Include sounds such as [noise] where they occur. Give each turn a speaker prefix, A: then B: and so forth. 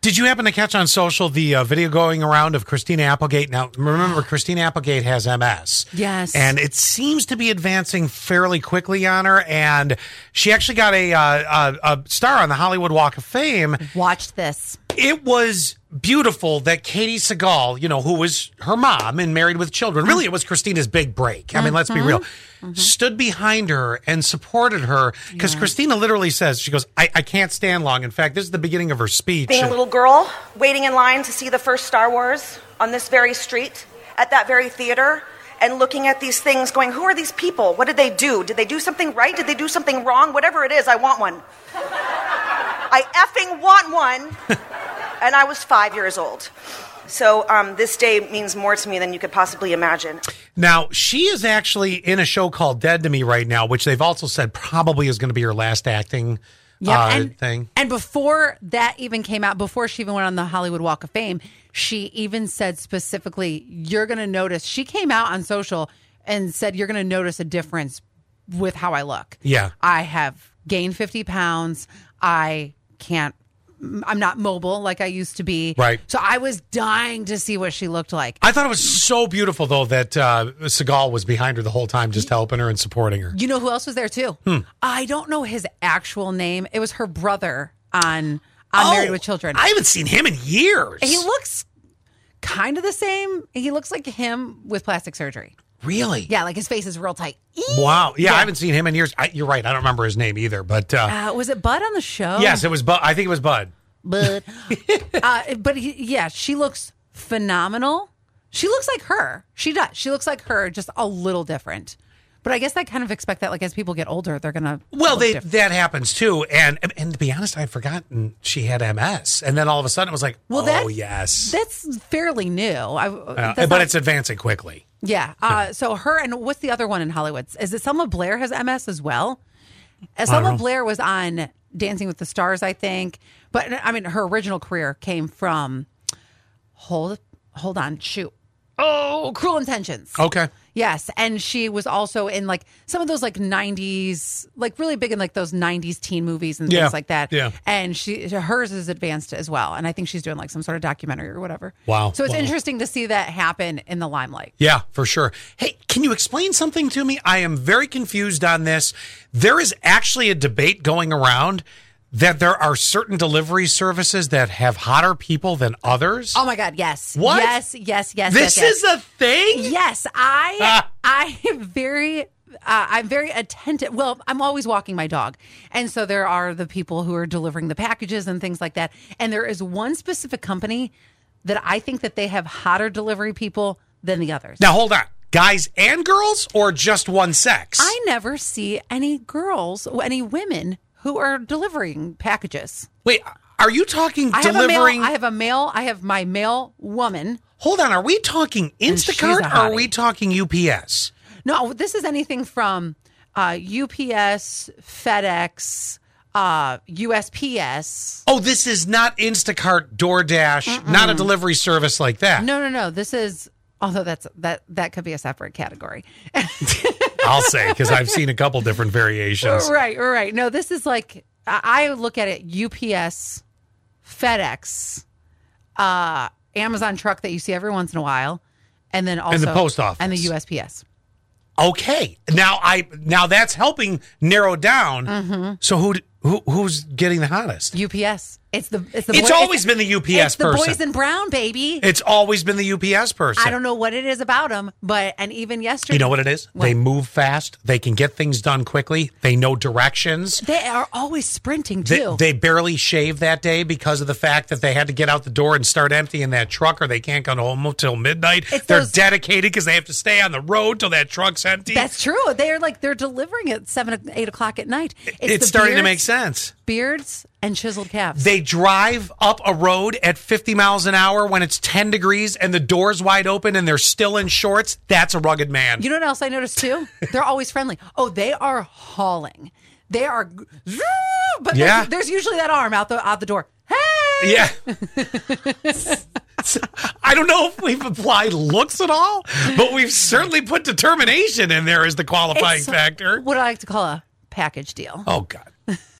A: Did you happen to catch on social the uh, video going around of Christina Applegate? Now, remember, Christina Applegate has MS.
B: Yes.
A: And it seems to be advancing fairly quickly on her. And she actually got a, uh, a, a star on the Hollywood Walk of Fame.
B: Watch this.
A: It was beautiful that Katie Segal, you know, who was her mom and married with children, really it was Christina's big break. I mean, let's be real, stood behind her and supported her because Christina literally says, she goes, I, I can't stand long. In fact, this is the beginning of her speech.
C: Being a little girl, waiting in line to see the first Star Wars on this very street, at that very theater, and looking at these things, going, Who are these people? What did they do? Did they do something right? Did they do something wrong? Whatever it is, I want one. I effing want one. and I was five years old. So um, this day means more to me than you could possibly imagine.
A: Now, she is actually in a show called Dead to Me right now, which they've also said probably is going to be her last acting
B: Yep.
A: uh,
B: and,
A: thing.
B: and before that even came out, before she even went on the Hollywood Walk of Fame, she even said specifically, You're going to notice. She came out on social and said, You're going to notice a difference with how I look.
A: Yeah.
B: I have gained 50 pounds. I can't. I'm not mobile like I used to be.
A: Right.
B: So I was dying to see what she looked like.
A: I thought it was so beautiful, though, that uh, Seagal was behind her the whole time, just helping her and supporting her.
B: You know who else was there too?
A: Hmm.
B: I don't know his actual name. It was her brother on on Married
A: Oh,
B: with Children.
A: I haven't seen him in years.
B: He looks kind of the same. He looks like him with plastic surgery.
A: really?
B: Yeah, like his face is real tight. Eek.
A: Wow. Yeah, I haven't seen him in years. I, you're right. I don't remember his name either. But uh,
B: Uh, was it Bud on the show?
A: yes, it was Bud. I think it was Bud. [laughs]
B: Bud. uh, but he, yeah, she looks phenomenal. She looks like her. She does. She looks like her, just a little different. But I guess I kind of expect that, like as people get older, they're gonna.
A: Well,
B: look
A: they,
B: different.
A: that happens too. And and to be honest, I had forgotten she had MS. And then all of a sudden it was like,
B: Well,
A: oh,
B: that-
A: yes.
B: that's fairly new. I,
A: Uh,
B: that's
A: but
B: not-
A: it's advancing quickly.
B: Yeah. Uh, so her and what's the other one in Hollywood? Is it Selma Blair has MS as well? Uh, Selma Blair was on Dancing with the Stars, I think. But I mean, her original career came from hold hold on, shoot. Oh, Cruel Intentions.
A: Okay.
B: Yes, and she was also in like some of those like '90s, like really big in like those '90s teen movies and
A: Yeah,
B: things like that.
A: yeah.
B: and she hers is advanced as well, and I think she's doing like some sort of documentary or whatever.
A: Wow.
B: So it's
A: Wow.
B: interesting to see that happen in the limelight.
A: Yeah, for sure. Hey, can you explain something to me? I am very confused on this. There is actually a debate going around that there are certain delivery services that have hotter people than others.
B: Oh my God! Yes.
A: What?
B: Yes. Yes. Yes.
A: this
B: yes,
A: is a thing?
B: Yes. yes I.
A: Ah.
B: I am very. Uh, I'm very attentive. Well, I'm always walking my dog, and so there are the people who are delivering the packages and things like that. And there is one specific company that I think that they have hotter delivery people than the others.
A: Now, hold on. Guys and girls or just one sex?
B: I never see any girls, any women who are delivering packages.
A: Wait, are you talking
B: I have a
A: delivering?
B: male. I have a male. I have my male woman.
A: Hold on. Are we talking
B: she's a
A: Instacart or are
B: hottie.
A: we talking UPS?
B: No, this is anything from uh, UPS, FedEx, uh, USPS.
A: Oh, this is not Instacart, DoorDash, not a delivery service like that.
B: No, no, no. This is although that's that that could be a separate category. [laughs]
A: I'll say because I've seen a couple different variations.
B: [laughs] right, right. No, this is like I I look at it UPS, FedEx, uh, Amazon truck that you see every once in a while, and then also
A: the post office.
B: and the USPS.
A: Okay, now I now that's helping narrow down.
B: Mm-hmm.
A: So who, d- who who's getting the hottest?
B: UPS. It's the it's the
A: It's
B: boy-
A: always been the UPS
B: it's the boys
A: person.
B: in brown, baby.
A: It's always been the UPS person.
B: I don't know what it is about them, but and even yesterday,
A: You know what it is? They move fast. They can get things done quickly. They know directions.
B: They are always sprinting
A: They,
B: too.
A: they barely shaved that day because of the fact that they had to get out the door and start emptying that truck, or they can't come home till midnight.
B: It's
A: They're
B: those-
A: dedicated because they have to stay on the road till that truck's empty.
B: That's true. They're like they're delivering at seven, o- eight o'clock at night.
A: it's
B: the
A: starting to
B: beards-
A: make sense.
B: Beards and chiseled calves.
A: They drive up a road at 50 miles an hour when it's 10 degrees and the door's wide open and they're still in shorts. That's a rugged man.
B: you know what else I noticed
A: [laughs]
B: too? They're always friendly. Oh, they are hauling. They are, but there's-
A: Yeah.
B: there's, usually that arm out the out the door. Hey,
A: yeah. [laughs] So, I don't know if we've applied looks at all, but we've certainly put determination in there as the qualifying
B: It's
A: factor.
B: What I like to call a package deal.
A: Oh, God.